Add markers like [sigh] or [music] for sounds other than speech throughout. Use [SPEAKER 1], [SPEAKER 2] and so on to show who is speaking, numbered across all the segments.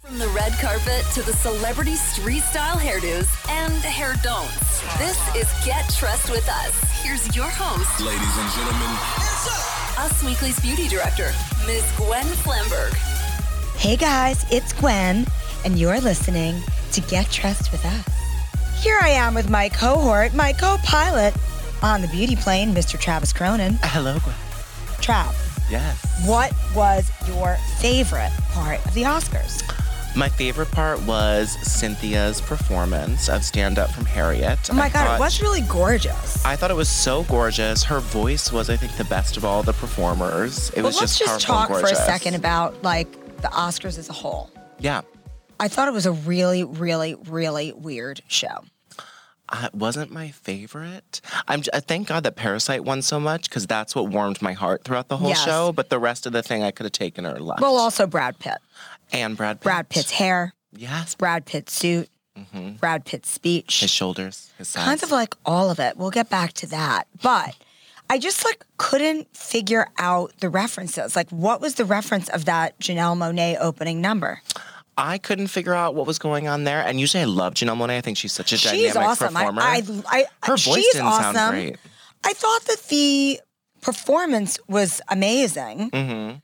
[SPEAKER 1] From the red carpet to the celebrity street style hairdos and hair don'ts. This is Get Trust with Us. Here's your host,
[SPEAKER 2] Ladies and gentlemen,
[SPEAKER 1] Us Weekly's beauty director, Ms. Gwen Flamberg.
[SPEAKER 3] Hey guys, it's Gwen, and you're listening to Get Trust with Us. Here I am with my cohort, my co pilot on the beauty plane, Mr. Travis Cronin.
[SPEAKER 4] Uh, Hello, Gwen.
[SPEAKER 3] Trav,
[SPEAKER 4] Yes.
[SPEAKER 3] what was your favorite part of the Oscars?
[SPEAKER 4] My favorite part was Cynthia's performance of Stand Up from Harriet.
[SPEAKER 3] Oh my
[SPEAKER 4] I
[SPEAKER 3] God,
[SPEAKER 4] thought-
[SPEAKER 3] it was really gorgeous.
[SPEAKER 4] I thought it was so gorgeous. Her voice was, I think, the best of all the performers. It
[SPEAKER 3] but
[SPEAKER 4] was
[SPEAKER 3] let's
[SPEAKER 4] just
[SPEAKER 3] just,
[SPEAKER 4] powerful and
[SPEAKER 3] talk for a
[SPEAKER 4] gorgeous.
[SPEAKER 3] second about like the Oscars as a whole.
[SPEAKER 4] Yeah.
[SPEAKER 3] I thought it was a really, really, really weird show.
[SPEAKER 4] Uh, It wasn't my favorite. I'm j- uh, thank God that Parasite won so much because that's what warmed my heart throughout the whole
[SPEAKER 3] Yes.
[SPEAKER 4] show. But the rest of the thing, I could have taken or left.
[SPEAKER 3] Well, also Brad Pitt.
[SPEAKER 4] and Brad Pitt.
[SPEAKER 3] Brad Pitt's hair,
[SPEAKER 4] Yes.
[SPEAKER 3] Brad Pitt's suit, Brad Pitt's speech.
[SPEAKER 4] Mm-hmm. His shoulders. His sides.
[SPEAKER 3] kind of like all of it. We'll get back to that. But I just like couldn't figure out the references. Like what was the reference of that Janelle Monet opening number?
[SPEAKER 4] I couldn't figure out what was going on there. And usually I love Janelle Monae. I think she's such a
[SPEAKER 3] she's
[SPEAKER 4] dynamic
[SPEAKER 3] awesome. I-
[SPEAKER 4] performer.
[SPEAKER 3] I, I,
[SPEAKER 4] Her voice
[SPEAKER 3] she's
[SPEAKER 4] didn't
[SPEAKER 3] awesome.
[SPEAKER 4] sound great.
[SPEAKER 3] I thought that the performance was amazing.
[SPEAKER 4] Mm-hmm.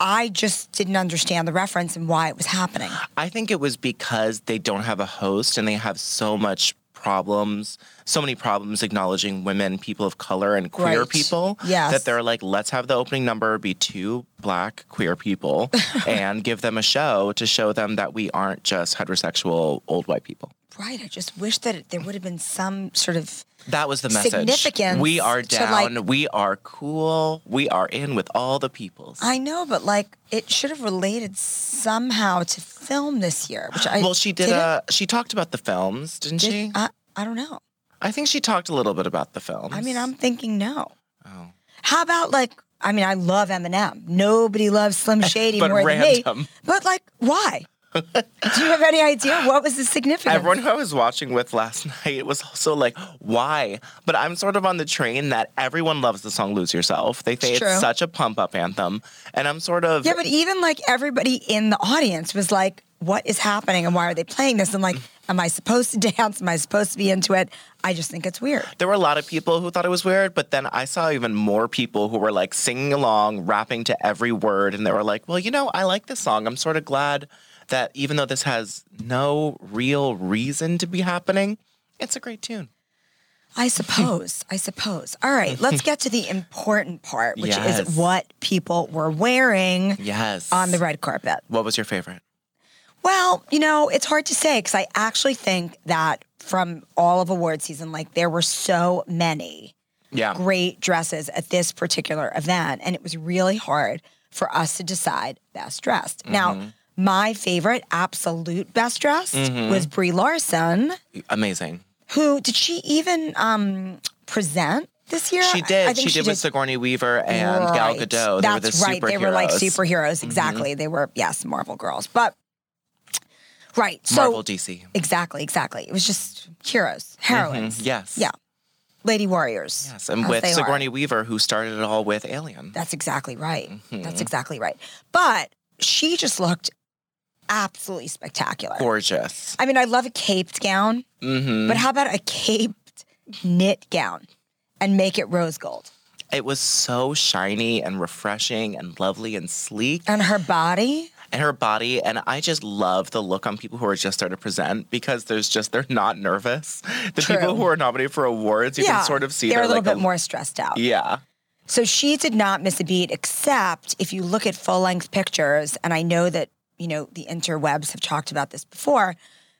[SPEAKER 3] I just didn't understand the reference and why it was happening.
[SPEAKER 4] I think it was because they don't have a host and they have so much problems, so many problems acknowledging women, people of color, and queer
[SPEAKER 3] Right.
[SPEAKER 4] people.
[SPEAKER 3] Yes.
[SPEAKER 4] That they're like, let's have the opening number be two black queer
[SPEAKER 3] [laughs]
[SPEAKER 4] people and give them a show to show them that we aren't just heterosexual old white people.
[SPEAKER 3] Right. I just wish that it, there would have been some sort of
[SPEAKER 4] That was the message.
[SPEAKER 3] Significance
[SPEAKER 4] We are
[SPEAKER 3] to, like-
[SPEAKER 4] down. we are cool. We are in with all the peoples.
[SPEAKER 3] I know, but like it should have related somehow to film this year, which I
[SPEAKER 4] well, she did,
[SPEAKER 3] didn't-
[SPEAKER 4] a. She talked about the films, didn't
[SPEAKER 3] did-
[SPEAKER 4] she?
[SPEAKER 3] I, I don't know.
[SPEAKER 4] I think she talked a little bit about the films.
[SPEAKER 3] I mean, I'm thinking no.
[SPEAKER 4] Oh.
[SPEAKER 3] How about like? I mean, I love Eminem. Nobody
[SPEAKER 4] [laughs]
[SPEAKER 3] loves Slim Shady
[SPEAKER 4] But
[SPEAKER 3] more than me.
[SPEAKER 4] random.
[SPEAKER 3] But like, why? Do you have any idea what was the significance?
[SPEAKER 4] Everyone who I was watching with last [laughs] night was also like, why? But I'm sort of on the train that everyone loves the song Lose Yourself. They say
[SPEAKER 3] It's
[SPEAKER 4] it's,
[SPEAKER 3] true.
[SPEAKER 4] such a pump up anthem. And I'm sort of,
[SPEAKER 3] yeah, but even like everybody in the audience was like, "What is happening? And why are they playing this?" And like, am I supposed to [laughs] dance? Am I supposed to be into it? I just think it's weird.
[SPEAKER 4] there were a lot of people who thought it was weird. But then I saw even more people who were like singing along, rapping to every word. And they were like, well, you know, I like this song. I'm sort of glad that even though this has no real reason to be happening, it's a great tune.
[SPEAKER 3] I suppose. I suppose. All
[SPEAKER 4] [laughs]
[SPEAKER 3] right, let's get to the important part, which
[SPEAKER 4] Yes.
[SPEAKER 3] is what people were wearing
[SPEAKER 4] Yes.
[SPEAKER 3] on the red carpet.
[SPEAKER 4] What was your favorite?
[SPEAKER 3] Well, you know, it's hard to say because I actually think that from all of award season, like there were so many
[SPEAKER 4] Yeah.
[SPEAKER 3] great dresses at this particular event, and it was really hard for us to decide best dressed.
[SPEAKER 4] Mm-hmm.
[SPEAKER 3] Now, my favorite, absolute best dressed,
[SPEAKER 4] Mm-hmm.
[SPEAKER 3] was Brie Larson.
[SPEAKER 4] Amazing.
[SPEAKER 3] Who did she even um, present this year?
[SPEAKER 4] She
[SPEAKER 3] I-
[SPEAKER 4] did.
[SPEAKER 3] I think
[SPEAKER 4] she, did with Sigourney Weaver and Gal
[SPEAKER 3] Right.
[SPEAKER 4] Gadot. They were the
[SPEAKER 3] That's right. They were like
[SPEAKER 4] superheroes. Mm-hmm.
[SPEAKER 3] superheroes. Exactly. They were yes, Marvel girls. But right. So
[SPEAKER 4] Marvel DC.
[SPEAKER 3] exactly, exactly. It was just heroes, heroines.
[SPEAKER 4] Mm-hmm. Yes.
[SPEAKER 3] Yeah. Lady warriors.
[SPEAKER 4] Yes. And
[SPEAKER 3] as
[SPEAKER 4] with
[SPEAKER 3] they are.
[SPEAKER 4] Sigourney Weaver, who started it all with Alien.
[SPEAKER 3] That's exactly right.
[SPEAKER 4] Mm-hmm.
[SPEAKER 3] That's exactly right. But she just looked absolutely spectacular.
[SPEAKER 4] Gorgeous.
[SPEAKER 3] I mean, I love a caped gown,
[SPEAKER 4] Mm-hmm.
[SPEAKER 3] but how about a caped knit gown and make it rose gold?
[SPEAKER 4] It was so shiny and refreshing and lovely and sleek.
[SPEAKER 3] And her body,
[SPEAKER 4] And her body, and I just love the look on people who are just there to present because there's just, they're not nervous. The
[SPEAKER 3] True.
[SPEAKER 4] people who are nominated for awards, you
[SPEAKER 3] yeah,
[SPEAKER 4] can sort of see
[SPEAKER 3] they're a
[SPEAKER 4] they're
[SPEAKER 3] little
[SPEAKER 4] like
[SPEAKER 3] bit more stressed out.
[SPEAKER 4] Yeah.
[SPEAKER 3] So she did not miss a beat, except if you look at full length pictures, and I know that, you know, the interwebs have talked about this before,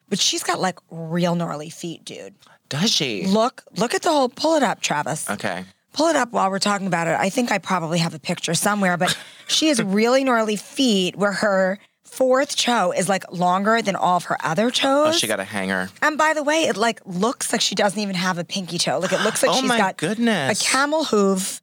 [SPEAKER 3] but she's got like real gnarly feet, dude.
[SPEAKER 4] Does she?
[SPEAKER 3] Look, look at the whole, pull it up, Travis.
[SPEAKER 4] Okay.
[SPEAKER 3] Pull it up while we're talking about it. I think I probably have a picture somewhere, but
[SPEAKER 4] [laughs]
[SPEAKER 3] she has really gnarly feet where her fourth toe is like longer than all of her other toes.
[SPEAKER 4] Oh, she got a hanger.
[SPEAKER 3] And by the way, it like looks like she doesn't even have a pinky toe. Like it looks
[SPEAKER 4] [gasps]
[SPEAKER 3] like
[SPEAKER 4] Oh
[SPEAKER 3] she's
[SPEAKER 4] my
[SPEAKER 3] got
[SPEAKER 4] goodness.
[SPEAKER 3] a camel hoof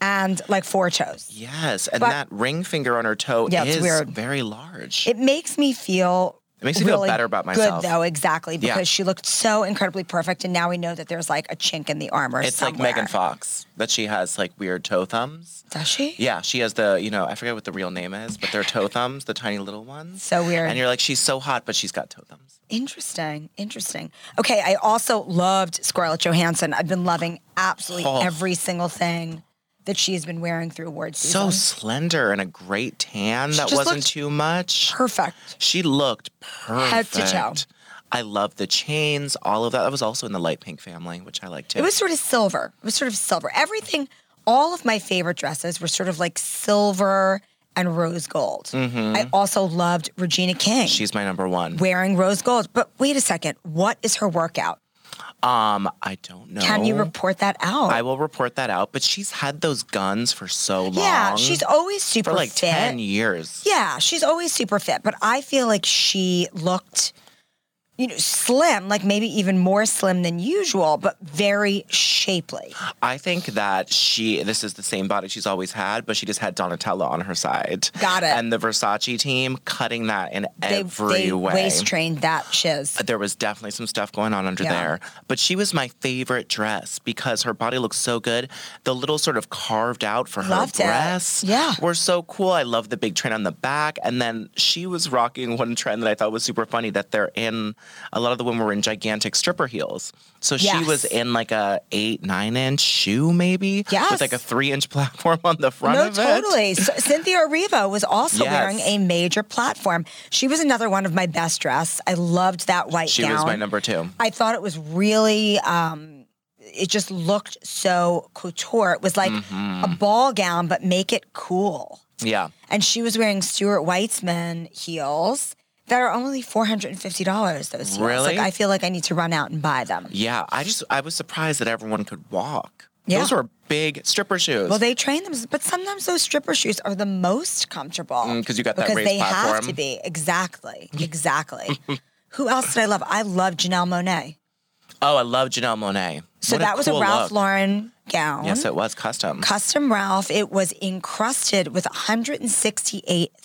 [SPEAKER 3] and like four toes.
[SPEAKER 4] Yes, and
[SPEAKER 3] But-
[SPEAKER 4] that ring finger on her toe
[SPEAKER 3] Yeah, it's
[SPEAKER 4] is
[SPEAKER 3] weird.
[SPEAKER 4] very large.
[SPEAKER 3] It makes me feel
[SPEAKER 4] It makes me feel better about myself.
[SPEAKER 3] Good though, exactly,
[SPEAKER 4] Yeah.
[SPEAKER 3] because she looked so incredibly perfect, and now we know that there's like a chink in the armor.
[SPEAKER 4] It's like
[SPEAKER 3] somewhere.
[SPEAKER 4] Megan Fox that she has like weird toe thumbs.
[SPEAKER 3] Does she?
[SPEAKER 4] Yeah, she has the, you know, I forget what the real name is, but they're toe thumbs, the tiny little ones.
[SPEAKER 3] So weird.
[SPEAKER 4] And you're like, she's so hot, but she's got toe thumbs.
[SPEAKER 3] Interesting. Interesting. Okay, I also loved Scarlett Johansson. I've been loving absolutely
[SPEAKER 4] Oh.
[SPEAKER 3] every single thing that she's been wearing through award
[SPEAKER 4] So
[SPEAKER 3] season.
[SPEAKER 4] slender and a great tan that
[SPEAKER 3] just
[SPEAKER 4] wasn't
[SPEAKER 3] looked
[SPEAKER 4] too much.
[SPEAKER 3] perfect.
[SPEAKER 4] She looked perfect.
[SPEAKER 3] to toe.
[SPEAKER 4] I love the chains, all of that. That was also in the light pink family, which I like too.
[SPEAKER 3] It was sort of silver. It was sort of silver. Everything, all of my favorite dresses were sort of like silver and rose gold.
[SPEAKER 4] Mm-hmm.
[SPEAKER 3] I also loved Regina King
[SPEAKER 4] she's my number one.
[SPEAKER 3] wearing rose gold. But wait a second, what is her workout?
[SPEAKER 4] Um, I don't know.
[SPEAKER 3] Can you report that out?
[SPEAKER 4] I will report that out. But she's had those guns for so long.
[SPEAKER 3] yeah, she's always super
[SPEAKER 4] for like
[SPEAKER 3] fit.
[SPEAKER 4] ten years.
[SPEAKER 3] Yeah, she's always super fit, but I feel like she looked, you know, slim, like maybe even more slim than usual, but very shapely.
[SPEAKER 4] I think that she this is the same body she's always had, but she just had Donatella on her side.
[SPEAKER 3] Got it.
[SPEAKER 4] And the Versace team cutting that in every
[SPEAKER 3] they
[SPEAKER 4] way.
[SPEAKER 3] waist trained that shiz.
[SPEAKER 4] there was definitely some stuff going on under
[SPEAKER 3] Yeah.
[SPEAKER 4] there. But she was my favorite dress because her body looked so good. The little sort of carved out for her
[SPEAKER 3] Loved it.
[SPEAKER 4] breasts
[SPEAKER 3] Yeah.
[SPEAKER 4] were so cool. I love the big train on the back. And then she was rocking one trend that I thought was super funny that they're in a lot of the women were in gigantic stripper heels. So she
[SPEAKER 3] Yes.
[SPEAKER 4] was in like a eight, nine inch shoe maybe. With
[SPEAKER 3] Yes.
[SPEAKER 4] like a three inch [laughs] platform on the front
[SPEAKER 3] No,
[SPEAKER 4] of it.
[SPEAKER 3] totally. So, Cynthia Erivo was also
[SPEAKER 4] Yes.
[SPEAKER 3] wearing a major platform. She was another one of my best dress. I loved that white
[SPEAKER 4] She
[SPEAKER 3] gown.
[SPEAKER 4] was my number two.
[SPEAKER 3] I thought it was really. Um, it just looked so couture. It was like
[SPEAKER 4] Mm-hmm.
[SPEAKER 3] a ball gown, but make it cool.
[SPEAKER 4] Yeah.
[SPEAKER 3] and she was wearing Stuart Weitzman heels that are only four hundred and fifty dollars. Those heels,
[SPEAKER 4] Really?
[SPEAKER 3] like I feel like I need to run out and buy them.
[SPEAKER 4] Yeah, I just I was surprised that everyone could walk.
[SPEAKER 3] Yeah.
[SPEAKER 4] Those were big stripper shoes.
[SPEAKER 3] Well, they train them, but sometimes those stripper shoes are the most comfortable
[SPEAKER 4] Mm, 'cause you got that
[SPEAKER 3] because
[SPEAKER 4] raised
[SPEAKER 3] they have to
[SPEAKER 4] platform.
[SPEAKER 3] be
[SPEAKER 4] [laughs]
[SPEAKER 3] exactly, exactly. Who else did I love? I love Janelle Monet.
[SPEAKER 4] oh, I love Janelle Monet.
[SPEAKER 3] So that was a Ralph Lauren gown.
[SPEAKER 4] Yes, it was custom.
[SPEAKER 3] Custom Ralph, it was encrusted with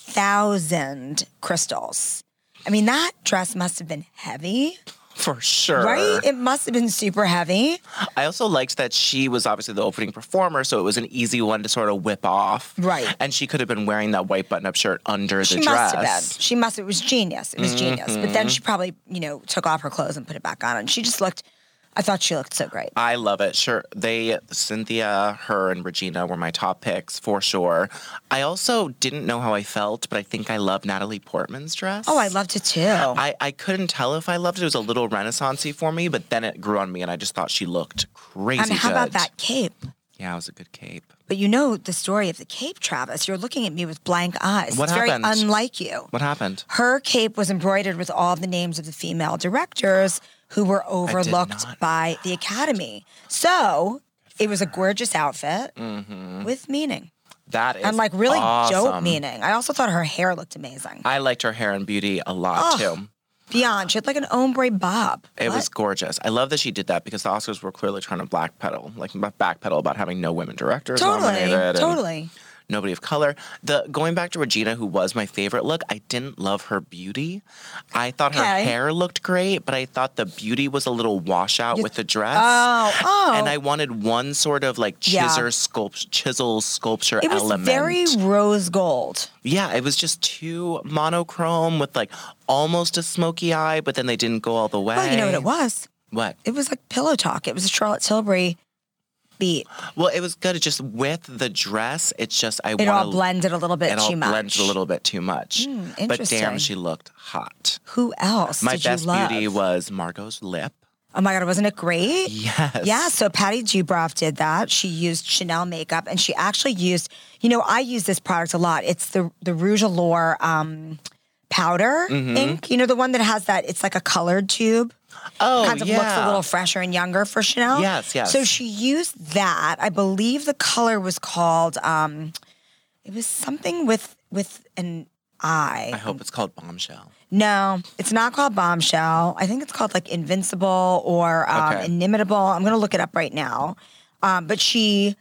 [SPEAKER 3] 168,000 crystals. I mean, that dress must have been heavy.
[SPEAKER 4] For sure.
[SPEAKER 3] Right? It must have been super heavy.
[SPEAKER 4] I also liked that she was obviously the opening performer, so it was an easy one to sort of whip off.
[SPEAKER 3] Right.
[SPEAKER 4] And she could have been wearing that white button up shirt under
[SPEAKER 3] She
[SPEAKER 4] the dress. Mm-hmm.
[SPEAKER 3] must have been. She must. It was genius. It was genius. But then she probably, you know, took off her clothes and put it back on, and she just looked. I thought she looked so great.
[SPEAKER 4] I love it. Sure. They, Cynthia, her, and Regina were my top picks for sure. I also didn't know how I felt, but I think I love Natalie Portman's dress.
[SPEAKER 3] Oh, I loved it too.
[SPEAKER 4] I, I couldn't tell if I loved it. It was a little renaissancey for me, but then it grew on me, and I just thought she looked crazy.
[SPEAKER 3] and how about
[SPEAKER 4] good.
[SPEAKER 3] that cape?
[SPEAKER 4] Yeah, it was a good cape.
[SPEAKER 3] But you know the story of the cape, Travis. You're looking at me with blank eyes.
[SPEAKER 4] What
[SPEAKER 3] it's
[SPEAKER 4] happened?
[SPEAKER 3] very unlike you.
[SPEAKER 4] What happened?
[SPEAKER 3] Her cape was embroidered with all the names of the female directors who were overlooked
[SPEAKER 4] not-
[SPEAKER 3] by the Academy. So it was a gorgeous outfit
[SPEAKER 4] Mm-hmm.
[SPEAKER 3] with meaning.
[SPEAKER 4] That is
[SPEAKER 3] and like really dope
[SPEAKER 4] awesome.
[SPEAKER 3] meaning. I also thought her hair looked amazing.
[SPEAKER 4] I liked her hair and beauty a lot
[SPEAKER 3] Oh,
[SPEAKER 4] too.
[SPEAKER 3] Beyond, she had like an ombre bob.
[SPEAKER 4] It was
[SPEAKER 3] What?
[SPEAKER 4] gorgeous. I love that she did that because the Oscars were clearly trying to black pedal, like back pedal about having no women directors
[SPEAKER 3] totally,
[SPEAKER 4] nominated. and
[SPEAKER 3] totally.
[SPEAKER 4] Nobody of color. The going back to Regina, who was my favorite look, I didn't love her beauty. I thought her
[SPEAKER 3] Okay.
[SPEAKER 4] hair looked great, but I thought the beauty was a little washout with the dress.
[SPEAKER 3] Oh, oh.
[SPEAKER 4] and I wanted one sort of like
[SPEAKER 3] Yeah.
[SPEAKER 4] chisel sculpt chisel sculpture
[SPEAKER 3] it was
[SPEAKER 4] element.
[SPEAKER 3] very rose gold.
[SPEAKER 4] yeah, it was just too monochrome with like almost a smoky eye, but then they didn't go all the way.
[SPEAKER 3] Well, you know what it was?
[SPEAKER 4] What?
[SPEAKER 3] It was like pillow talk. It was a Charlotte Tilbury beat.
[SPEAKER 4] Well, it was good. It just with the dress, it's just I
[SPEAKER 3] It
[SPEAKER 4] wanna,
[SPEAKER 3] all blended a little bit
[SPEAKER 4] it
[SPEAKER 3] too
[SPEAKER 4] all
[SPEAKER 3] much. Hmm,
[SPEAKER 4] blends a little bit too much. but damn,
[SPEAKER 3] interesting.
[SPEAKER 4] she looked hot.
[SPEAKER 3] Who else
[SPEAKER 4] My
[SPEAKER 3] did
[SPEAKER 4] best
[SPEAKER 3] you love?
[SPEAKER 4] beauty was Margot's lip.
[SPEAKER 3] oh my god, wasn't it great?
[SPEAKER 4] Yes.
[SPEAKER 3] Yeah, so Patty Dubrov did that. She used Chanel makeup, and she actually used. You know, I use this product a lot. It's the the Rouge Allure um, powder
[SPEAKER 4] Mm-hmm.
[SPEAKER 3] ink. You know, the one that has that. It's like a colored tube.
[SPEAKER 4] Oh,
[SPEAKER 3] kind of
[SPEAKER 4] yeah.
[SPEAKER 3] looks a little fresher and younger for Chanel.
[SPEAKER 4] Yes, yes.
[SPEAKER 3] So she used that. I believe the color was called. Um, it was something with with an
[SPEAKER 4] I
[SPEAKER 3] eye.
[SPEAKER 4] hope it's called Bombshell.
[SPEAKER 3] No, it's not called Bombshell. I think it's called like Invincible or um,
[SPEAKER 4] Okay.
[SPEAKER 3] Inimitable. I'm going to look it up right now. Um, but she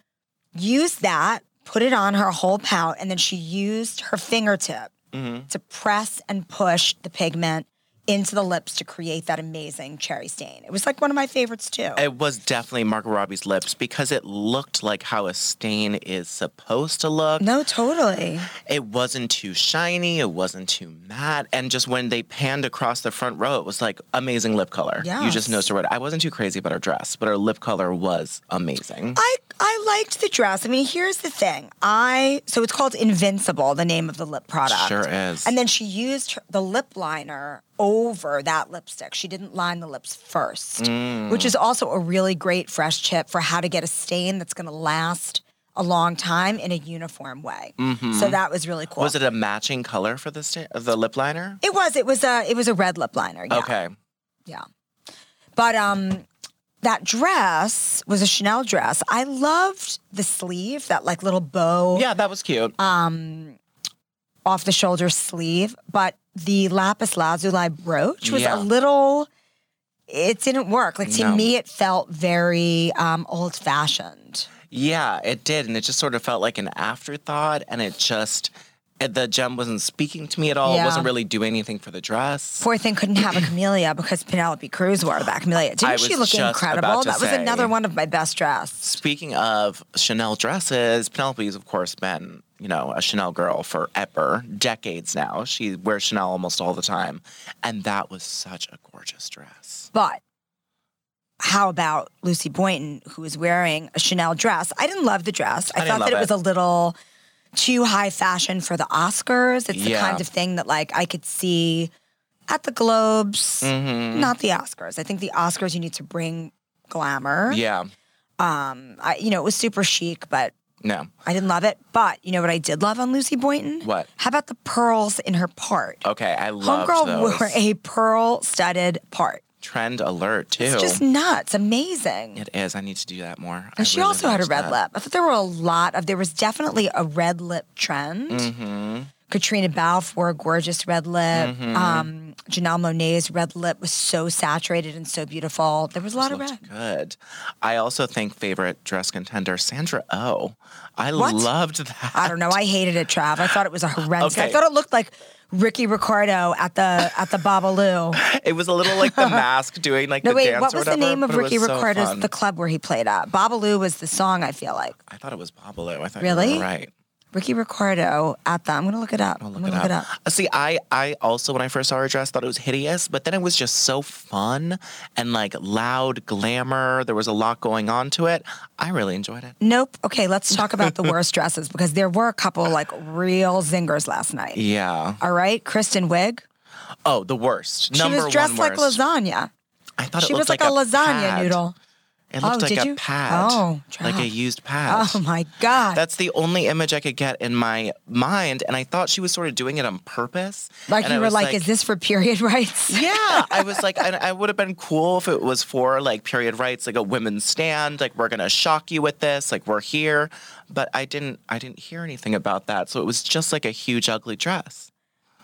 [SPEAKER 3] used that, put it on her whole
[SPEAKER 4] Mm-hmm.
[SPEAKER 3] pout, and then she used her fingertip to press and push the pigment into the lips to create that amazing cherry stain. It was like one of my favorites too.
[SPEAKER 4] It was definitely Margot Robbie's lips because it looked like how a stain is supposed to look.
[SPEAKER 3] no, totally.
[SPEAKER 4] It wasn't too shiny, it wasn't too matte. And just when they panned across the front row, it was like amazing lip color. You
[SPEAKER 3] Yes.
[SPEAKER 4] just noticed her. I wasn't too crazy about her dress, but her lip color was amazing.
[SPEAKER 3] I I liked the dress. I mean, here's the thing. I so it's called Invincible, the name of the lip product.
[SPEAKER 4] Sure is.
[SPEAKER 3] And then she used her, the lip liner over that lipstick. She didn't line the lips first,
[SPEAKER 4] Mm.
[SPEAKER 3] which is also a really great fresh tip for how to get a stain that's going to last a long time in a uniform way. So that was really cool.
[SPEAKER 4] Mm-hmm. was it a matching color for the sta- the lip liner?
[SPEAKER 3] It was. It was a. It was a red lip liner. Yeah.
[SPEAKER 4] Okay.
[SPEAKER 3] Yeah. But um that dress was a Chanel dress. I loved the sleeve, that like little bow
[SPEAKER 4] Yeah, that was cute.
[SPEAKER 3] Uh, off the shoulder sleeve, but the lapis lazuli brooch was
[SPEAKER 4] Yeah.
[SPEAKER 3] a little it didn't work. Like to
[SPEAKER 4] No.
[SPEAKER 3] me it felt very um old fashioned.
[SPEAKER 4] yeah, it did. And it just sort of felt like an afterthought. And it just, it- the gem wasn't speaking to me at all. It
[SPEAKER 3] Yeah.
[SPEAKER 4] wasn't really doing anything for the dress.
[SPEAKER 3] Poor thing couldn't have a Camellia because Penelope Cruz wore that Camellia. Didn't she
[SPEAKER 4] was
[SPEAKER 3] look
[SPEAKER 4] just about
[SPEAKER 3] incredible?
[SPEAKER 4] to
[SPEAKER 3] That was
[SPEAKER 4] say.
[SPEAKER 3] another one of my best dress.
[SPEAKER 4] Speaking of Chanel dresses, Penelope's, of course, been, you know, a Chanel girl forever, decades now. She wears Chanel almost all the time. And that was such a gorgeous dress.
[SPEAKER 3] But how about Lucy Boynton, who was wearing a Chanel dress? I didn't love the dress. I,
[SPEAKER 4] I didn't
[SPEAKER 3] thought that
[SPEAKER 4] love
[SPEAKER 3] it was
[SPEAKER 4] it.
[SPEAKER 3] a little too high fashion for the Oscars. It's the
[SPEAKER 4] Yeah.
[SPEAKER 3] kind of thing that like I could see at the Globes,
[SPEAKER 4] Mm-hmm.
[SPEAKER 3] not the Oscars. I think the Oscars you need to bring glamour.
[SPEAKER 4] Yeah.
[SPEAKER 3] Um, I, you know, it was super chic, but
[SPEAKER 4] No.
[SPEAKER 3] I didn't love it. But you know what I did love on Lucy Boynton?
[SPEAKER 4] What?
[SPEAKER 3] How about the pearls in her part?
[SPEAKER 4] Okay. I love
[SPEAKER 3] Homegirl
[SPEAKER 4] those.
[SPEAKER 3] wore a pearl-studded part.
[SPEAKER 4] Trend alert, too.
[SPEAKER 3] It's just nuts, amazing.
[SPEAKER 4] It is. I need to do that more. I
[SPEAKER 3] And she
[SPEAKER 4] really
[SPEAKER 3] also had a
[SPEAKER 4] liked
[SPEAKER 3] red
[SPEAKER 4] that.
[SPEAKER 3] lip. I thought there were a lot of, there was definitely a red lip trend.
[SPEAKER 4] Mm-hmm.
[SPEAKER 3] Katrina Balfe wore a gorgeous red lip. Um, Janelle Monet's red lip was so saturated and so beautiful. There was a lot of red.
[SPEAKER 4] looked good. I also think favorite dress contender Sandra Oh. I
[SPEAKER 3] What?
[SPEAKER 4] loved that.
[SPEAKER 3] I don't know. I hated it, Trav. I thought it was a horrendous. I
[SPEAKER 4] Okay.
[SPEAKER 3] thought it looked like Ricky Ricardo at the at
[SPEAKER 4] [laughs]
[SPEAKER 3] the Babalu.
[SPEAKER 4] [laughs] It was a little like the mask doing like
[SPEAKER 3] No,
[SPEAKER 4] the
[SPEAKER 3] wait.
[SPEAKER 4] dance
[SPEAKER 3] What
[SPEAKER 4] or
[SPEAKER 3] was the
[SPEAKER 4] whatever,
[SPEAKER 3] name of
[SPEAKER 4] but it was
[SPEAKER 3] Ricky
[SPEAKER 4] so
[SPEAKER 3] Ricardo's
[SPEAKER 4] fun.
[SPEAKER 3] the club where he played at? Babalu was the song. I feel like
[SPEAKER 4] I thought it was Babalu. I thought
[SPEAKER 3] Really?
[SPEAKER 4] you were right.
[SPEAKER 3] Ricky Ricardo at the. I'm gonna look it up. I'm
[SPEAKER 4] Look,
[SPEAKER 3] gonna
[SPEAKER 4] it,
[SPEAKER 3] look
[SPEAKER 4] up.
[SPEAKER 3] it up.
[SPEAKER 4] See, I I also when I first saw her dress thought it was hideous, but then it was just so fun and like loud glamour. There was a lot going on to it. I really enjoyed it.
[SPEAKER 3] Nope.
[SPEAKER 4] [laughs]
[SPEAKER 3] Okay, let's talk about the worst dresses because there were a couple like real zingers last night.
[SPEAKER 4] Yeah.
[SPEAKER 3] All right, Kristen Wiig.
[SPEAKER 4] Oh, the worst.
[SPEAKER 3] She
[SPEAKER 4] Number
[SPEAKER 3] was dressed
[SPEAKER 4] one
[SPEAKER 3] like
[SPEAKER 4] worst.
[SPEAKER 3] lasagna.
[SPEAKER 4] I thought it
[SPEAKER 3] She was
[SPEAKER 4] looked
[SPEAKER 3] like, a, lasagna
[SPEAKER 4] pad.
[SPEAKER 3] noodle.
[SPEAKER 4] It
[SPEAKER 3] Oh,
[SPEAKER 4] looked like
[SPEAKER 3] did
[SPEAKER 4] a
[SPEAKER 3] you?
[SPEAKER 4] pad.
[SPEAKER 3] Oh,
[SPEAKER 4] like a
[SPEAKER 3] Trav.
[SPEAKER 4] used pad.
[SPEAKER 3] Oh my god!
[SPEAKER 4] That's the only image I could get in my mind, and I thought she was sort of doing it on purpose.
[SPEAKER 3] like
[SPEAKER 4] And
[SPEAKER 3] you
[SPEAKER 4] I
[SPEAKER 3] were
[SPEAKER 4] was
[SPEAKER 3] like, "Is this for period [laughs] rights?"
[SPEAKER 4] Yeah, I was
[SPEAKER 3] [laughs]
[SPEAKER 4] like, and I would have been cool if it was for like period rights, like a women's stand, like we're gonna shock you with this, like we're here. But I didn't, I didn't hear anything about that, so it was just like a huge ugly dress.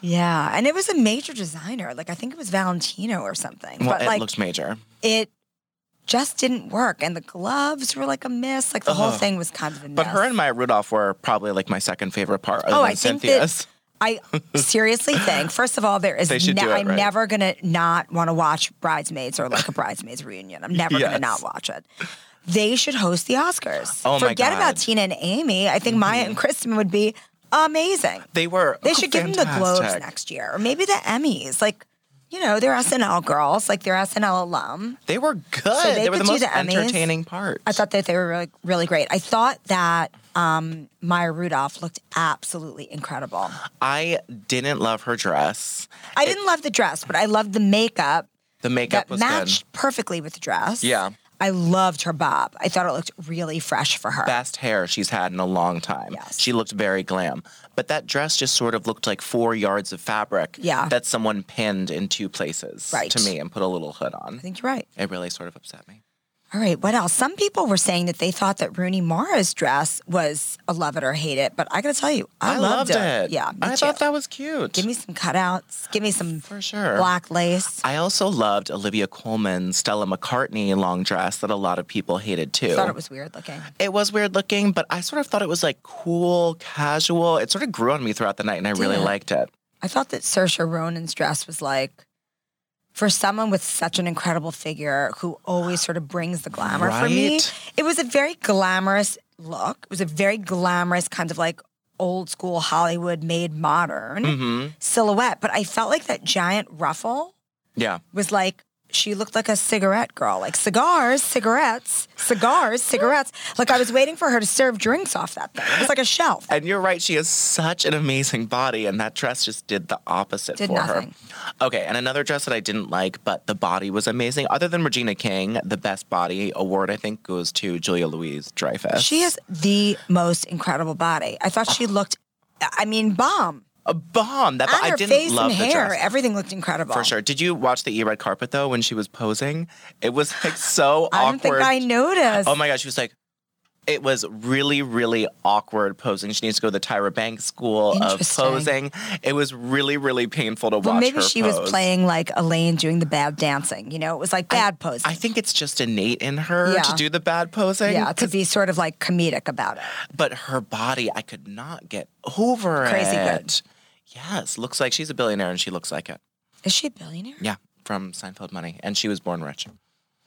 [SPEAKER 3] yeah, and it was a major designer. Like I think it was Valentino or something.
[SPEAKER 4] Well,
[SPEAKER 3] but
[SPEAKER 4] it
[SPEAKER 3] like
[SPEAKER 4] looked major.
[SPEAKER 3] it just didn't work, and the gloves were like a miss. Like the whole thing was kind of a mess.
[SPEAKER 4] But her and Maya Rudolph were probably like my second favorite part. Other
[SPEAKER 3] Oh,
[SPEAKER 4] than
[SPEAKER 3] I think that-
[SPEAKER 4] Cynthia's. [laughs]
[SPEAKER 3] I seriously think, first of all, there is.
[SPEAKER 4] They should
[SPEAKER 3] ne-
[SPEAKER 4] do it,
[SPEAKER 3] I'm
[SPEAKER 4] right?
[SPEAKER 3] never gonna not want to watch bridesmaids or like a bridesmaids reunion. I'm never gonna
[SPEAKER 4] Yes.
[SPEAKER 3] not watch it. They should host the Oscars.
[SPEAKER 4] Oh, my
[SPEAKER 3] Forget about
[SPEAKER 4] God. Mm-hmm.
[SPEAKER 3] Tina and Amy. I think Maya and Kristen would be amazing.
[SPEAKER 4] they were.
[SPEAKER 3] They
[SPEAKER 4] oh,
[SPEAKER 3] should give them the Globes
[SPEAKER 4] fantastic.
[SPEAKER 3] next year, or maybe the Emmys. Like, you know, they're SNL girls, like they're SNL alum.
[SPEAKER 4] They were good.
[SPEAKER 3] they
[SPEAKER 4] they, were the
[SPEAKER 3] could do
[SPEAKER 4] most
[SPEAKER 3] the Emmys.
[SPEAKER 4] entertaining part.
[SPEAKER 3] I thought that they were really, really great. I thought that um, Maya Rudolph looked absolutely incredible.
[SPEAKER 4] I didn't love her dress.
[SPEAKER 3] I didn't love the dress, but I loved the makeup.
[SPEAKER 4] The makeup
[SPEAKER 3] that
[SPEAKER 4] was
[SPEAKER 3] matched perfectly with the dress.
[SPEAKER 4] Yeah.
[SPEAKER 3] I loved her bob. I thought it looked really fresh for her.
[SPEAKER 4] good. Best hair she's had in a long time.
[SPEAKER 3] Yes.
[SPEAKER 4] She looked very glam. But that dress just sort of looked like four yards of fabric
[SPEAKER 3] Yeah.
[SPEAKER 4] that someone pinned in two places
[SPEAKER 3] Right.
[SPEAKER 4] to me and put a little hood on.
[SPEAKER 3] I think you're right.
[SPEAKER 4] It really sort of upset me.
[SPEAKER 3] All right, what else? Some people were saying that they thought that Rooney Mara's dress was a love it or hate it, but I gotta tell you, I,
[SPEAKER 4] loved, it.
[SPEAKER 3] Yeah, me
[SPEAKER 4] I
[SPEAKER 3] too.
[SPEAKER 4] thought that was cute.
[SPEAKER 3] Give me some cutouts. Give me some
[SPEAKER 4] For sure.
[SPEAKER 3] black lace.
[SPEAKER 4] I also loved Olivia Coleman's Stella McCartney long dress that a lot of people hated too.
[SPEAKER 3] I thought it was weird looking.
[SPEAKER 4] It was weird looking, but I sort of thought it was like cool, casual. It sort of grew on me throughout the night, and I really
[SPEAKER 3] Did it?
[SPEAKER 4] liked it.
[SPEAKER 3] I thought that Saoirse Ronan's dress was like for someone with such an incredible figure who always sort of brings the glamour for me,
[SPEAKER 4] Right.
[SPEAKER 3] it was a very glamorous look. It was a very glamorous kind of like old school Hollywood made modern silhouette. But I felt like that giant ruffle
[SPEAKER 4] Yeah.
[SPEAKER 3] was like she looked like a cigarette girl, like cigars, cigarettes, cigars, cigarettes. Like I was waiting for her to serve drinks off that thing. It was like a shelf.
[SPEAKER 4] And you're right, she has such an amazing body, and that dress just did the opposite
[SPEAKER 3] Did
[SPEAKER 4] for
[SPEAKER 3] nothing.
[SPEAKER 4] her. Okay, and another dress that I didn't like, but the body was amazing. Other than Regina King, the best body award, I think, goes to Julia Louise Dreyfus.
[SPEAKER 3] She has the most incredible body. I thought she looked, I mean, bomb.
[SPEAKER 4] a bomb. That
[SPEAKER 3] And
[SPEAKER 4] I
[SPEAKER 3] her
[SPEAKER 4] didn't
[SPEAKER 3] face
[SPEAKER 4] love
[SPEAKER 3] and
[SPEAKER 4] the
[SPEAKER 3] hair,
[SPEAKER 4] dress.
[SPEAKER 3] everything looked incredible.
[SPEAKER 4] For sure. Did you watch the E red carpet though when she was posing? It was like so
[SPEAKER 3] I don't
[SPEAKER 4] awkward.
[SPEAKER 3] think I noticed.
[SPEAKER 4] Oh my gosh, she was like, it was really, really awkward posing. She needs to go to the Tyra Banks school of
[SPEAKER 3] Interesting.
[SPEAKER 4] posing. It was really, really painful to
[SPEAKER 3] well,
[SPEAKER 4] watch.
[SPEAKER 3] maybe
[SPEAKER 4] her
[SPEAKER 3] she was
[SPEAKER 4] pose.
[SPEAKER 3] playing like Elaine doing the bad dancing. You know, it was like bad posing.
[SPEAKER 4] I think it's just innate in her
[SPEAKER 3] Yeah.
[SPEAKER 4] to do the bad posing.
[SPEAKER 3] yeah, to be sort of like comedic about it.
[SPEAKER 4] But her body, I could not get over
[SPEAKER 3] Crazy good.
[SPEAKER 4] it. Yes, looks like she's a billionaire and she looks like it.
[SPEAKER 3] Is she a billionaire?
[SPEAKER 4] Yeah, from Seinfeld money. And she was born rich.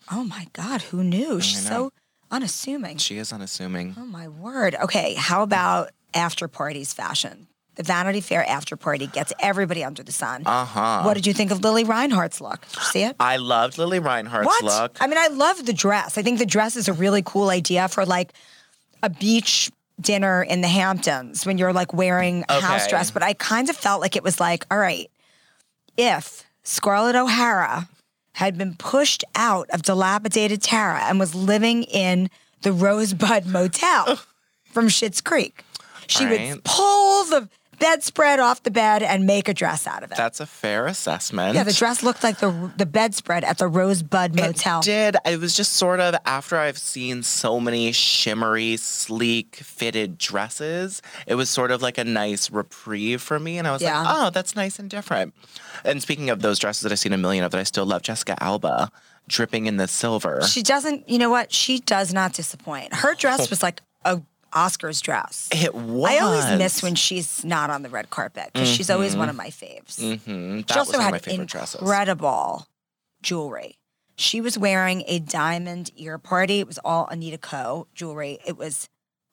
[SPEAKER 3] Oh my God, who knew? She's so unassuming.
[SPEAKER 4] She is unassuming.
[SPEAKER 3] Oh my word. Okay, how about after parties fashion? The Vanity Fair after party gets everybody under the sun.
[SPEAKER 4] Uh huh.
[SPEAKER 3] What did you think of Lily Reinhardt's look? Did you see it?
[SPEAKER 4] I loved Lily Reinhardt's
[SPEAKER 3] What?
[SPEAKER 4] look.
[SPEAKER 3] I mean, I love the dress. I think the dress is a really cool idea for like a beach dinner in the Hamptons when you're like wearing a house
[SPEAKER 4] Okay.
[SPEAKER 3] dress. But I kind of felt like it was like, all right, if Scarlett O'Hara had been pushed out of dilapidated Tara and was living in the
[SPEAKER 4] [laughs]
[SPEAKER 3] Rosebud Motel from Schitt's Creek, she would
[SPEAKER 4] Right.
[SPEAKER 3] pull the bedspread off the bed and make a dress out of it.
[SPEAKER 4] That's a fair assessment.
[SPEAKER 3] Yeah, the dress looked like the the bedspread at the Rosebud Motel.
[SPEAKER 4] It did. It was just sort of after I've seen so many shimmery, sleek, fitted dresses, it was sort of like a nice reprieve for me. And I was like,
[SPEAKER 3] Yeah.
[SPEAKER 4] oh, that's nice and different. And speaking of those dresses that I've seen a million of that I still love, Jessica Alba dripping in the silver.
[SPEAKER 3] She doesn't. You know what? She does not disappoint. Her dress was like a Oscars dress.
[SPEAKER 4] it was.
[SPEAKER 3] I always miss when she's not on the red carpet because she's always one of my faves.
[SPEAKER 4] Mhm, that
[SPEAKER 3] She also
[SPEAKER 4] was one
[SPEAKER 3] had
[SPEAKER 4] of my favorite dresses.
[SPEAKER 3] incredible jewelry. She was wearing a diamond ear party. It was all Anita Coe jewelry. It was,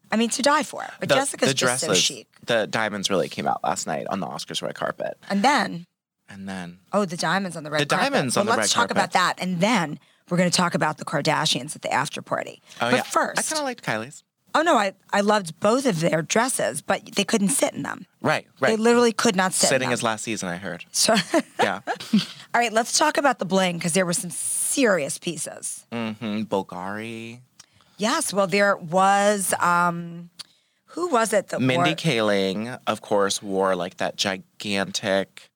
[SPEAKER 3] I mean, to die for. But Jessica's just so
[SPEAKER 4] dresses-
[SPEAKER 3] chic.
[SPEAKER 4] The diamonds really came out last night on the Oscars red carpet.
[SPEAKER 3] And then
[SPEAKER 4] And then
[SPEAKER 3] Oh, the diamonds on the red
[SPEAKER 4] The
[SPEAKER 3] carpet.
[SPEAKER 4] diamonds
[SPEAKER 3] well,
[SPEAKER 4] on the
[SPEAKER 3] let's
[SPEAKER 4] red
[SPEAKER 3] talk about
[SPEAKER 4] carpet.
[SPEAKER 3] that. And then we're going to talk about the Kardashians at the after party.
[SPEAKER 4] Oh
[SPEAKER 3] but
[SPEAKER 4] yeah. I
[SPEAKER 3] first,
[SPEAKER 4] kinda liked Kylie's.
[SPEAKER 3] oh no, I, I loved both of their dresses, but they couldn't sit in them.
[SPEAKER 4] Right, right.
[SPEAKER 3] They literally could not sit
[SPEAKER 4] Sitting
[SPEAKER 3] in
[SPEAKER 4] is
[SPEAKER 3] them.
[SPEAKER 4] last season, I heard.
[SPEAKER 3] [laughs] So,
[SPEAKER 4] Yeah.
[SPEAKER 3] all right, let's talk about the bling because there were some serious pieces.
[SPEAKER 4] hmm Bulgari.
[SPEAKER 3] Yes, well, there was, um, who was it that
[SPEAKER 4] Mindy
[SPEAKER 3] wore-
[SPEAKER 4] Kaling, of course, wore like that gigantic.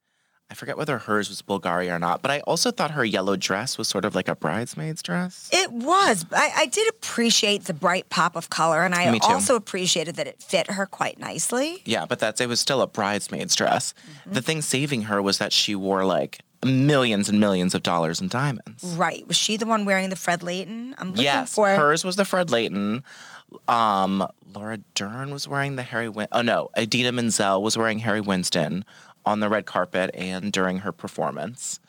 [SPEAKER 4] I forget whether hers was Bulgari or not, but I also thought her yellow dress was sort of like a bridesmaid's dress.
[SPEAKER 3] It was. I, I did appreciate the bright pop of color, and I
[SPEAKER 4] Me too.
[SPEAKER 3] also appreciated that it fit her quite nicely.
[SPEAKER 4] Yeah, but that's it was still a bridesmaid's dress. The thing saving her was that she wore like millions and millions of dollars in diamonds.
[SPEAKER 3] Right. Was she the one wearing the Fred Leighton? I'm looking
[SPEAKER 4] Yes,
[SPEAKER 3] for
[SPEAKER 4] hers was the Fred Leighton. Um, Laura Dern was wearing the Harry. Win- oh no, Adina Menzel was wearing Harry Winston on the red carpet and during her performance,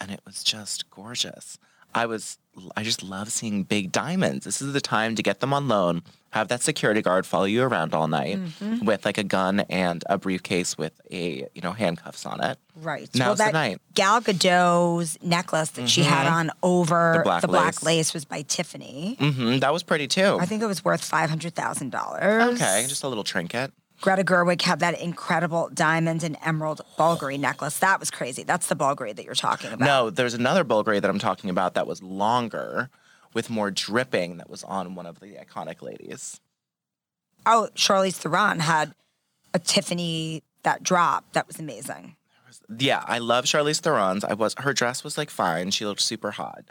[SPEAKER 4] and it was just gorgeous. I was, I just love seeing big diamonds. This is the time to get them on loan. Have that security guard follow you around all night
[SPEAKER 3] Mm-hmm.
[SPEAKER 4] with like a gun and a briefcase with a you know handcuffs on it.
[SPEAKER 3] Right.
[SPEAKER 4] Now's
[SPEAKER 3] well,
[SPEAKER 4] the
[SPEAKER 3] that
[SPEAKER 4] night. Mm-hmm.
[SPEAKER 3] Gal Gadot's necklace that she had on over
[SPEAKER 4] The black
[SPEAKER 3] black
[SPEAKER 4] lace.
[SPEAKER 3] lace was by Tiffany.
[SPEAKER 4] hmm that was pretty too.
[SPEAKER 3] I think it was worth five hundred thousand dollars.
[SPEAKER 4] okay, just a little trinket.
[SPEAKER 3] Greta Gerwig had that incredible diamond and emerald Bulgari necklace. That was crazy. That's the Bulgari that you're talking about.
[SPEAKER 4] No, there's another Bulgari that I'm talking about that was longer with more dripping that was on one of the iconic ladies.
[SPEAKER 3] Oh, Charlize Theron had a Tiffany that drop. That was amazing.
[SPEAKER 4] Yeah, I love Charlize Theron's. I was her dress was like fine. She looked super hot.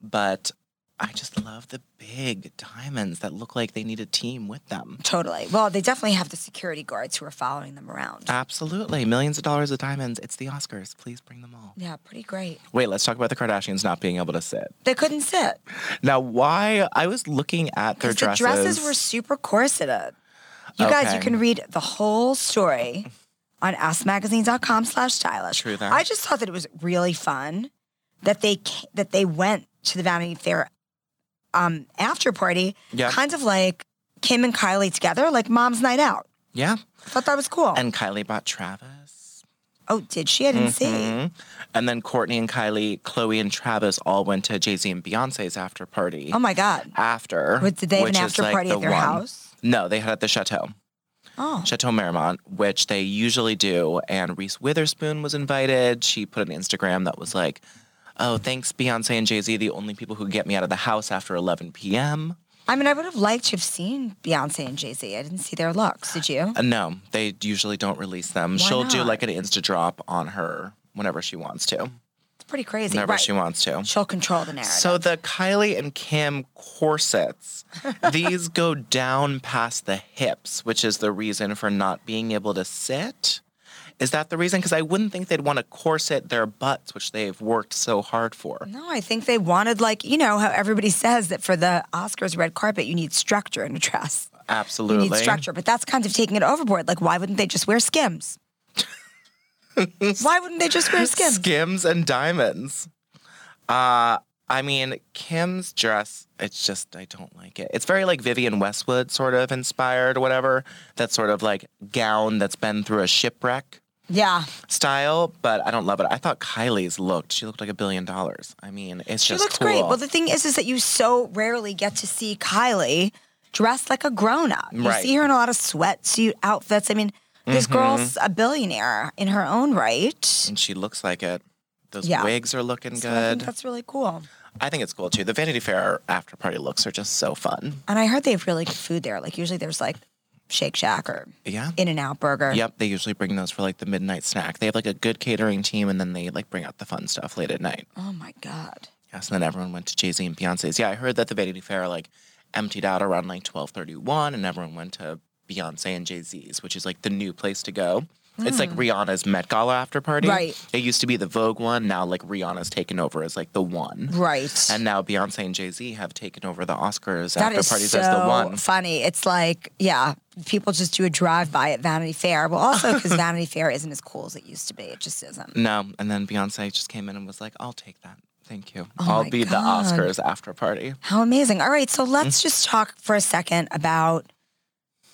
[SPEAKER 4] But I just love the big diamonds that look like they need a team with them.
[SPEAKER 3] Totally. Well, they definitely have the security guards who are following them
[SPEAKER 4] Uh,
[SPEAKER 3] around.
[SPEAKER 4] Absolutely. Millions of dollars of diamonds. It's the Oscars. Please bring them all.
[SPEAKER 3] Yeah, pretty great.
[SPEAKER 4] Wait, let's talk about the Kardashians not being able to sit.
[SPEAKER 3] They couldn't sit.
[SPEAKER 4] Now, why I was looking at their dresses.
[SPEAKER 3] 'Cause The dresses were super corseted. You guys, you
[SPEAKER 4] Okay.
[SPEAKER 3] can read the whole story on usmagazine.com slash stylish.
[SPEAKER 4] True that.
[SPEAKER 3] I just thought that it was really fun that they ca- that they went to the Vanity Fair um, after party,
[SPEAKER 4] Yeah.
[SPEAKER 3] kind of like Kim and Kylie together, like mom's night out.
[SPEAKER 4] Yeah.
[SPEAKER 3] I thought that was cool.
[SPEAKER 4] And Kylie bought Travis.
[SPEAKER 3] oh, did she? I didn't see.
[SPEAKER 4] Mm-hmm. And then Courtney and Kylie, Chloe and Travis all went to Jay Z and Beyonce's after party.
[SPEAKER 3] Oh my god.
[SPEAKER 4] after.
[SPEAKER 3] What, did they have
[SPEAKER 4] which
[SPEAKER 3] an
[SPEAKER 4] is,
[SPEAKER 3] after party at
[SPEAKER 4] the
[SPEAKER 3] their house?
[SPEAKER 4] No, they had it at the Chateau.
[SPEAKER 3] Oh,
[SPEAKER 4] Chateau Marymont, which they usually do. And Reese Witherspoon was invited. She put an Instagram that was like, Oh, thanks, Beyonce and Jay Z, the only people who get me out of the house after 11 p.m.
[SPEAKER 3] I mean, I would have liked to have seen Beyonce and Jay Z. I didn't see their looks. Did you?
[SPEAKER 4] Uh, no, they usually don't release them. She'll do
[SPEAKER 3] not?
[SPEAKER 4] like an Insta drop on her whenever she wants to,
[SPEAKER 3] It's pretty crazy.
[SPEAKER 4] whenever
[SPEAKER 3] right.
[SPEAKER 4] she wants to.
[SPEAKER 3] She'll control the narrative.
[SPEAKER 4] So the Kylie and Kim
[SPEAKER 3] [laughs]
[SPEAKER 4] corsets, these go down past the hips, which is the reason for not being able to sit. Is that the reason? Because I wouldn't think they'd want to corset their butts, which they've worked so hard for.
[SPEAKER 3] No, I think they wanted like you know how everybody says that for the Oscars red carpet you need structure in a dress. You
[SPEAKER 4] Absolutely.
[SPEAKER 3] need structure, but that's kind of taking it overboard. Like, why wouldn't they just wear skims? why wouldn't
[SPEAKER 4] [laughs]
[SPEAKER 3] they just wear skims?
[SPEAKER 4] Skims and diamonds. Uh, I mean, Kim's dress, it's just, I don't like it. It's very like Vivian Westwood sort of inspired, or whatever. That sort of like gown that's been through a shipwreck.
[SPEAKER 3] Yeah,
[SPEAKER 4] style, but I don't love it. I thought Kylie's looked. She looked like a billion dollars. I mean, it's
[SPEAKER 3] she
[SPEAKER 4] just
[SPEAKER 3] looks
[SPEAKER 4] cool.
[SPEAKER 3] great. Well, the thing is, is that you so rarely get to see Kylie dressed like a grown up. You
[SPEAKER 4] Right. Mm-hmm.
[SPEAKER 3] see her in a lot of sweatsuit outfits. I mean, this girl's a billionaire in her own right.
[SPEAKER 4] and she looks like it. Those
[SPEAKER 3] Yeah.
[SPEAKER 4] wigs are looking
[SPEAKER 3] So I think
[SPEAKER 4] good.
[SPEAKER 3] that's really cool.
[SPEAKER 4] I think it's cool too. The Vanity Fair after party looks are just so fun.
[SPEAKER 3] And I heard they have really good food there. Like usually there's like Shake Shack or
[SPEAKER 4] Yeah.
[SPEAKER 3] In and Out Burger.
[SPEAKER 4] Yep, they usually bring those for like the midnight snack. They have like a good catering team and then they like bring out the fun stuff late at night.
[SPEAKER 3] Oh my God.
[SPEAKER 4] Yes, and then everyone went to Jay Z and Beyonce's. Yeah, I heard that the Vanity Fair like emptied out around like twelve thirty one, and everyone went to Beyonce and Jay Z's, which is like the new place to go. It's like Rihanna's Met Gala after party.
[SPEAKER 3] Hmm. Right.
[SPEAKER 4] It used to be the Vogue one. Now like Rihanna's taken over as like the
[SPEAKER 3] Hmm.
[SPEAKER 4] one,
[SPEAKER 3] Right.
[SPEAKER 4] and now Beyonce and Jay Z have taken over the Oscars
[SPEAKER 3] that
[SPEAKER 4] after
[SPEAKER 3] is
[SPEAKER 4] parties
[SPEAKER 3] so
[SPEAKER 4] as the one.
[SPEAKER 3] funny. It's like, yeah, people just do a drive by at Vanity Fair. Well, also
[SPEAKER 4] [laughs]
[SPEAKER 3] because Vanity Fair isn't as cool as it used to be. It just isn't.
[SPEAKER 4] No, and then Beyonce just came in and was like, "I'll take that, thank you.
[SPEAKER 3] Oh my
[SPEAKER 4] I'll be the
[SPEAKER 3] God.
[SPEAKER 4] Oscars after party."
[SPEAKER 3] How amazing. All right. So let's
[SPEAKER 4] Mm-hmm.
[SPEAKER 3] just talk for a second about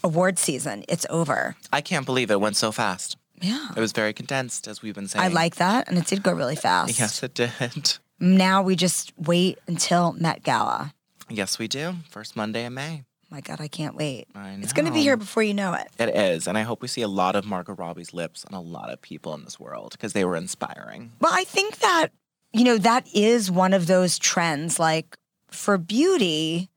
[SPEAKER 3] award season. It's over.
[SPEAKER 4] I can't believe it went so fast.
[SPEAKER 3] Yeah.
[SPEAKER 4] It was very condensed, as we've been saying.
[SPEAKER 3] I like that. And it did go really fast.
[SPEAKER 4] Yes, it did. [laughs]
[SPEAKER 3] Now we just wait until Met Gala.
[SPEAKER 4] Yes, we do. First Monday in May.
[SPEAKER 3] My God, I can't wait.
[SPEAKER 4] I
[SPEAKER 3] It's going to be
[SPEAKER 4] know.
[SPEAKER 3] here before you know it.
[SPEAKER 4] It is. And I hope we see a lot of Margot Robbie's lips on a lot of people in this world because they were inspiring.
[SPEAKER 3] Well, I think that, you know, that is one of those trends. Like for beauty,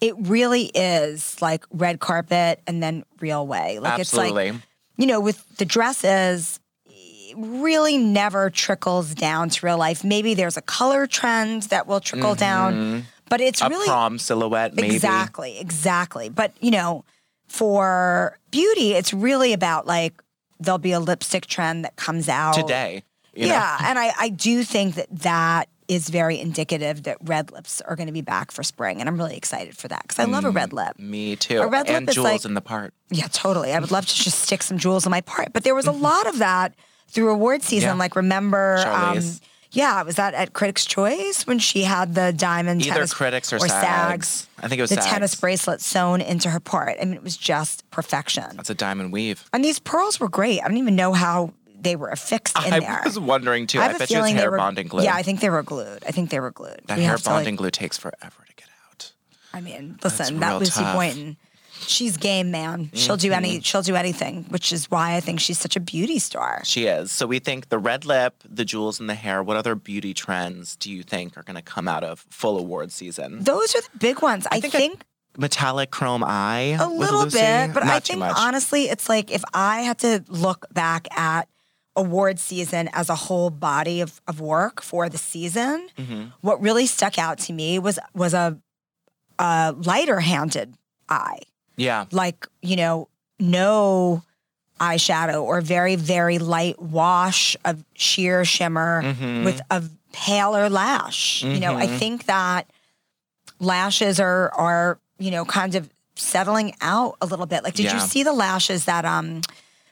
[SPEAKER 3] it really is like red carpet and then real way. Like it's like,
[SPEAKER 4] Absolutely.
[SPEAKER 3] you know, with the dresses, it really never trickles down to real life. Maybe there's a color trend that will trickle down, but it's
[SPEAKER 4] Mm-hmm. a
[SPEAKER 3] really
[SPEAKER 4] prom silhouette, maybe.
[SPEAKER 3] Exactly, exactly. But you know, for beauty, it's really about like there'll be a lipstick trend that comes out
[SPEAKER 4] Today. you know?
[SPEAKER 3] yeah, and I, I do think that that is very indicative that red lips are going to be back for spring, and I'm really excited for that because I love a red
[SPEAKER 4] Mm.
[SPEAKER 3] lip.
[SPEAKER 4] Me too.
[SPEAKER 3] A red
[SPEAKER 4] and
[SPEAKER 3] lip is
[SPEAKER 4] jewels
[SPEAKER 3] like-
[SPEAKER 4] in the part.
[SPEAKER 3] Yeah, totally. I would love to just stick some jewels in my part, but there was a lot of that through award season.
[SPEAKER 4] Mm-hmm. Yeah.
[SPEAKER 3] Like remember, um,
[SPEAKER 4] Charlize.
[SPEAKER 3] yeah, was that at Critics' Choice when she had the diamond
[SPEAKER 4] Either
[SPEAKER 3] tennis-
[SPEAKER 4] critics or,
[SPEAKER 3] sags?
[SPEAKER 4] sags. I think it was
[SPEAKER 3] The
[SPEAKER 4] sags.
[SPEAKER 3] tennis bracelet sewn into her part. I mean, it was just perfection.
[SPEAKER 4] That's a diamond weave.
[SPEAKER 3] And these pearls were great. I don't even know how they were affixed in
[SPEAKER 4] I
[SPEAKER 3] there.
[SPEAKER 4] was wondering too. I,
[SPEAKER 3] have
[SPEAKER 4] bet
[SPEAKER 3] a
[SPEAKER 4] you it's
[SPEAKER 3] feeling they
[SPEAKER 4] hair
[SPEAKER 3] were-
[SPEAKER 4] bonding glue.
[SPEAKER 3] Yeah, I think they were glued. I think they were glued.
[SPEAKER 4] that
[SPEAKER 3] We
[SPEAKER 4] hair
[SPEAKER 3] have to, like-
[SPEAKER 4] bonding glue takes forever to get out.
[SPEAKER 3] I mean, listen,
[SPEAKER 4] real
[SPEAKER 3] that Lucy
[SPEAKER 4] tough. Mm-hmm.
[SPEAKER 3] Boynton, she's game, man. She'll do any. She'll do anything, which is why I think she's such a beauty star.
[SPEAKER 4] She is. So we think the red lip, the jewels in the hair. What other beauty trends do you think are going to come out of full award season?
[SPEAKER 3] Those are the big ones. I,
[SPEAKER 4] think
[SPEAKER 3] think,
[SPEAKER 4] I- Metallic chrome eye.
[SPEAKER 3] a
[SPEAKER 4] with
[SPEAKER 3] little
[SPEAKER 4] Lucy?
[SPEAKER 3] bit, but
[SPEAKER 4] Not
[SPEAKER 3] I
[SPEAKER 4] too
[SPEAKER 3] think
[SPEAKER 4] much.
[SPEAKER 3] honestly, it's like if I had to look back at award season as a whole body of, of work for the season,
[SPEAKER 4] Mm-hmm.
[SPEAKER 3] what really stuck out to me was was a, a lighter handed eye.
[SPEAKER 4] yeah,
[SPEAKER 3] like you know no eyeshadow or very very light wash of sheer shimmer
[SPEAKER 4] Mm-hmm.
[SPEAKER 3] with a paler lash you know i think that lashes are are you know kind of settling out a little bit like did you
[SPEAKER 4] Yeah.
[SPEAKER 3] see the lashes that um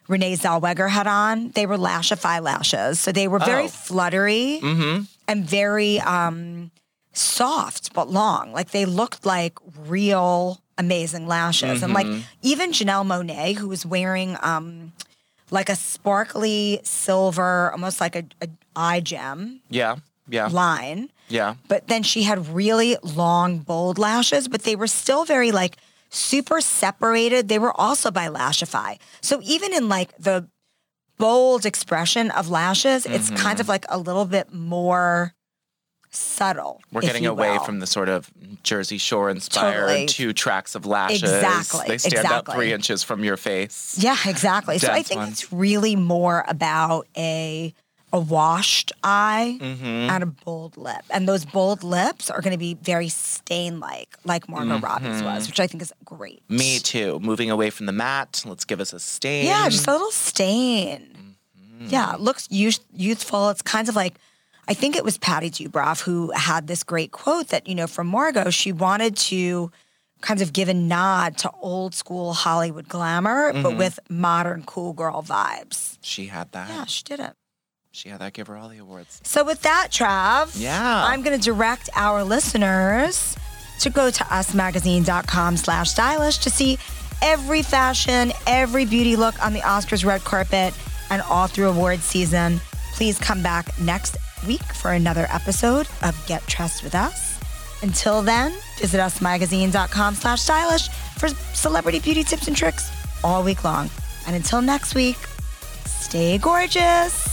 [SPEAKER 3] Renee Zellweger had on. They were Lashify lashes. So they were very
[SPEAKER 4] Oh.
[SPEAKER 3] fluttery. Mm-hmm. and very um, soft but long. Like they looked like real amazing lashes. And like even Janelle Monet, who was wearing um, like a sparkly silver, almost like a, a eye gem
[SPEAKER 4] Yeah. Yeah.
[SPEAKER 3] line
[SPEAKER 4] Yeah.
[SPEAKER 3] but then she had really long, bold lashes, but they were still very like super separated. They were also by Lashify. So even in like the bold expression of lashes, it's
[SPEAKER 4] Mm-hmm.
[SPEAKER 3] kind of like a little bit more subtle.
[SPEAKER 4] We're
[SPEAKER 3] if
[SPEAKER 4] getting
[SPEAKER 3] you
[SPEAKER 4] away
[SPEAKER 3] will.
[SPEAKER 4] from the sort of Jersey Shore inspired
[SPEAKER 3] Totally.
[SPEAKER 4] two tracks of lashes.
[SPEAKER 3] Exactly,
[SPEAKER 4] They stand
[SPEAKER 3] exactly.
[SPEAKER 4] out three inches from your face.
[SPEAKER 3] Yeah, exactly. so I
[SPEAKER 4] Dense
[SPEAKER 3] think
[SPEAKER 4] ones.
[SPEAKER 3] it's really more about a a washed eye
[SPEAKER 4] Mm-hmm.
[SPEAKER 3] and a bold lip. And those bold lips are going to be very stain like, like Margot
[SPEAKER 4] Mm-hmm.
[SPEAKER 3] Robbins was, which I think is great.
[SPEAKER 4] Me too. Moving away from the matte. Let's give us a stain.
[SPEAKER 3] Yeah, just a little stain. Yeah, it looks youth- youthful. It's kind of like, I think it was Patty Dubroff who had this great quote that, you know, from Margot, she wanted to kind of give a nod to old school Hollywood glamour, but with modern cool girl vibes.
[SPEAKER 4] she had that.
[SPEAKER 3] Yeah, she did it.
[SPEAKER 4] She had that. Give her all the awards.
[SPEAKER 3] So with that, Trav,
[SPEAKER 4] Yeah.
[SPEAKER 3] I'm going to direct our listeners to go to usmagazine.com slash stylish to see every fashion, every beauty look on the Oscars red carpet and all through awards season. Please come back next week for another episode of Get Dressed With Us. Until then, visit usmagazine.com slash stylish for celebrity beauty tips and tricks all week long. And until next week, stay gorgeous.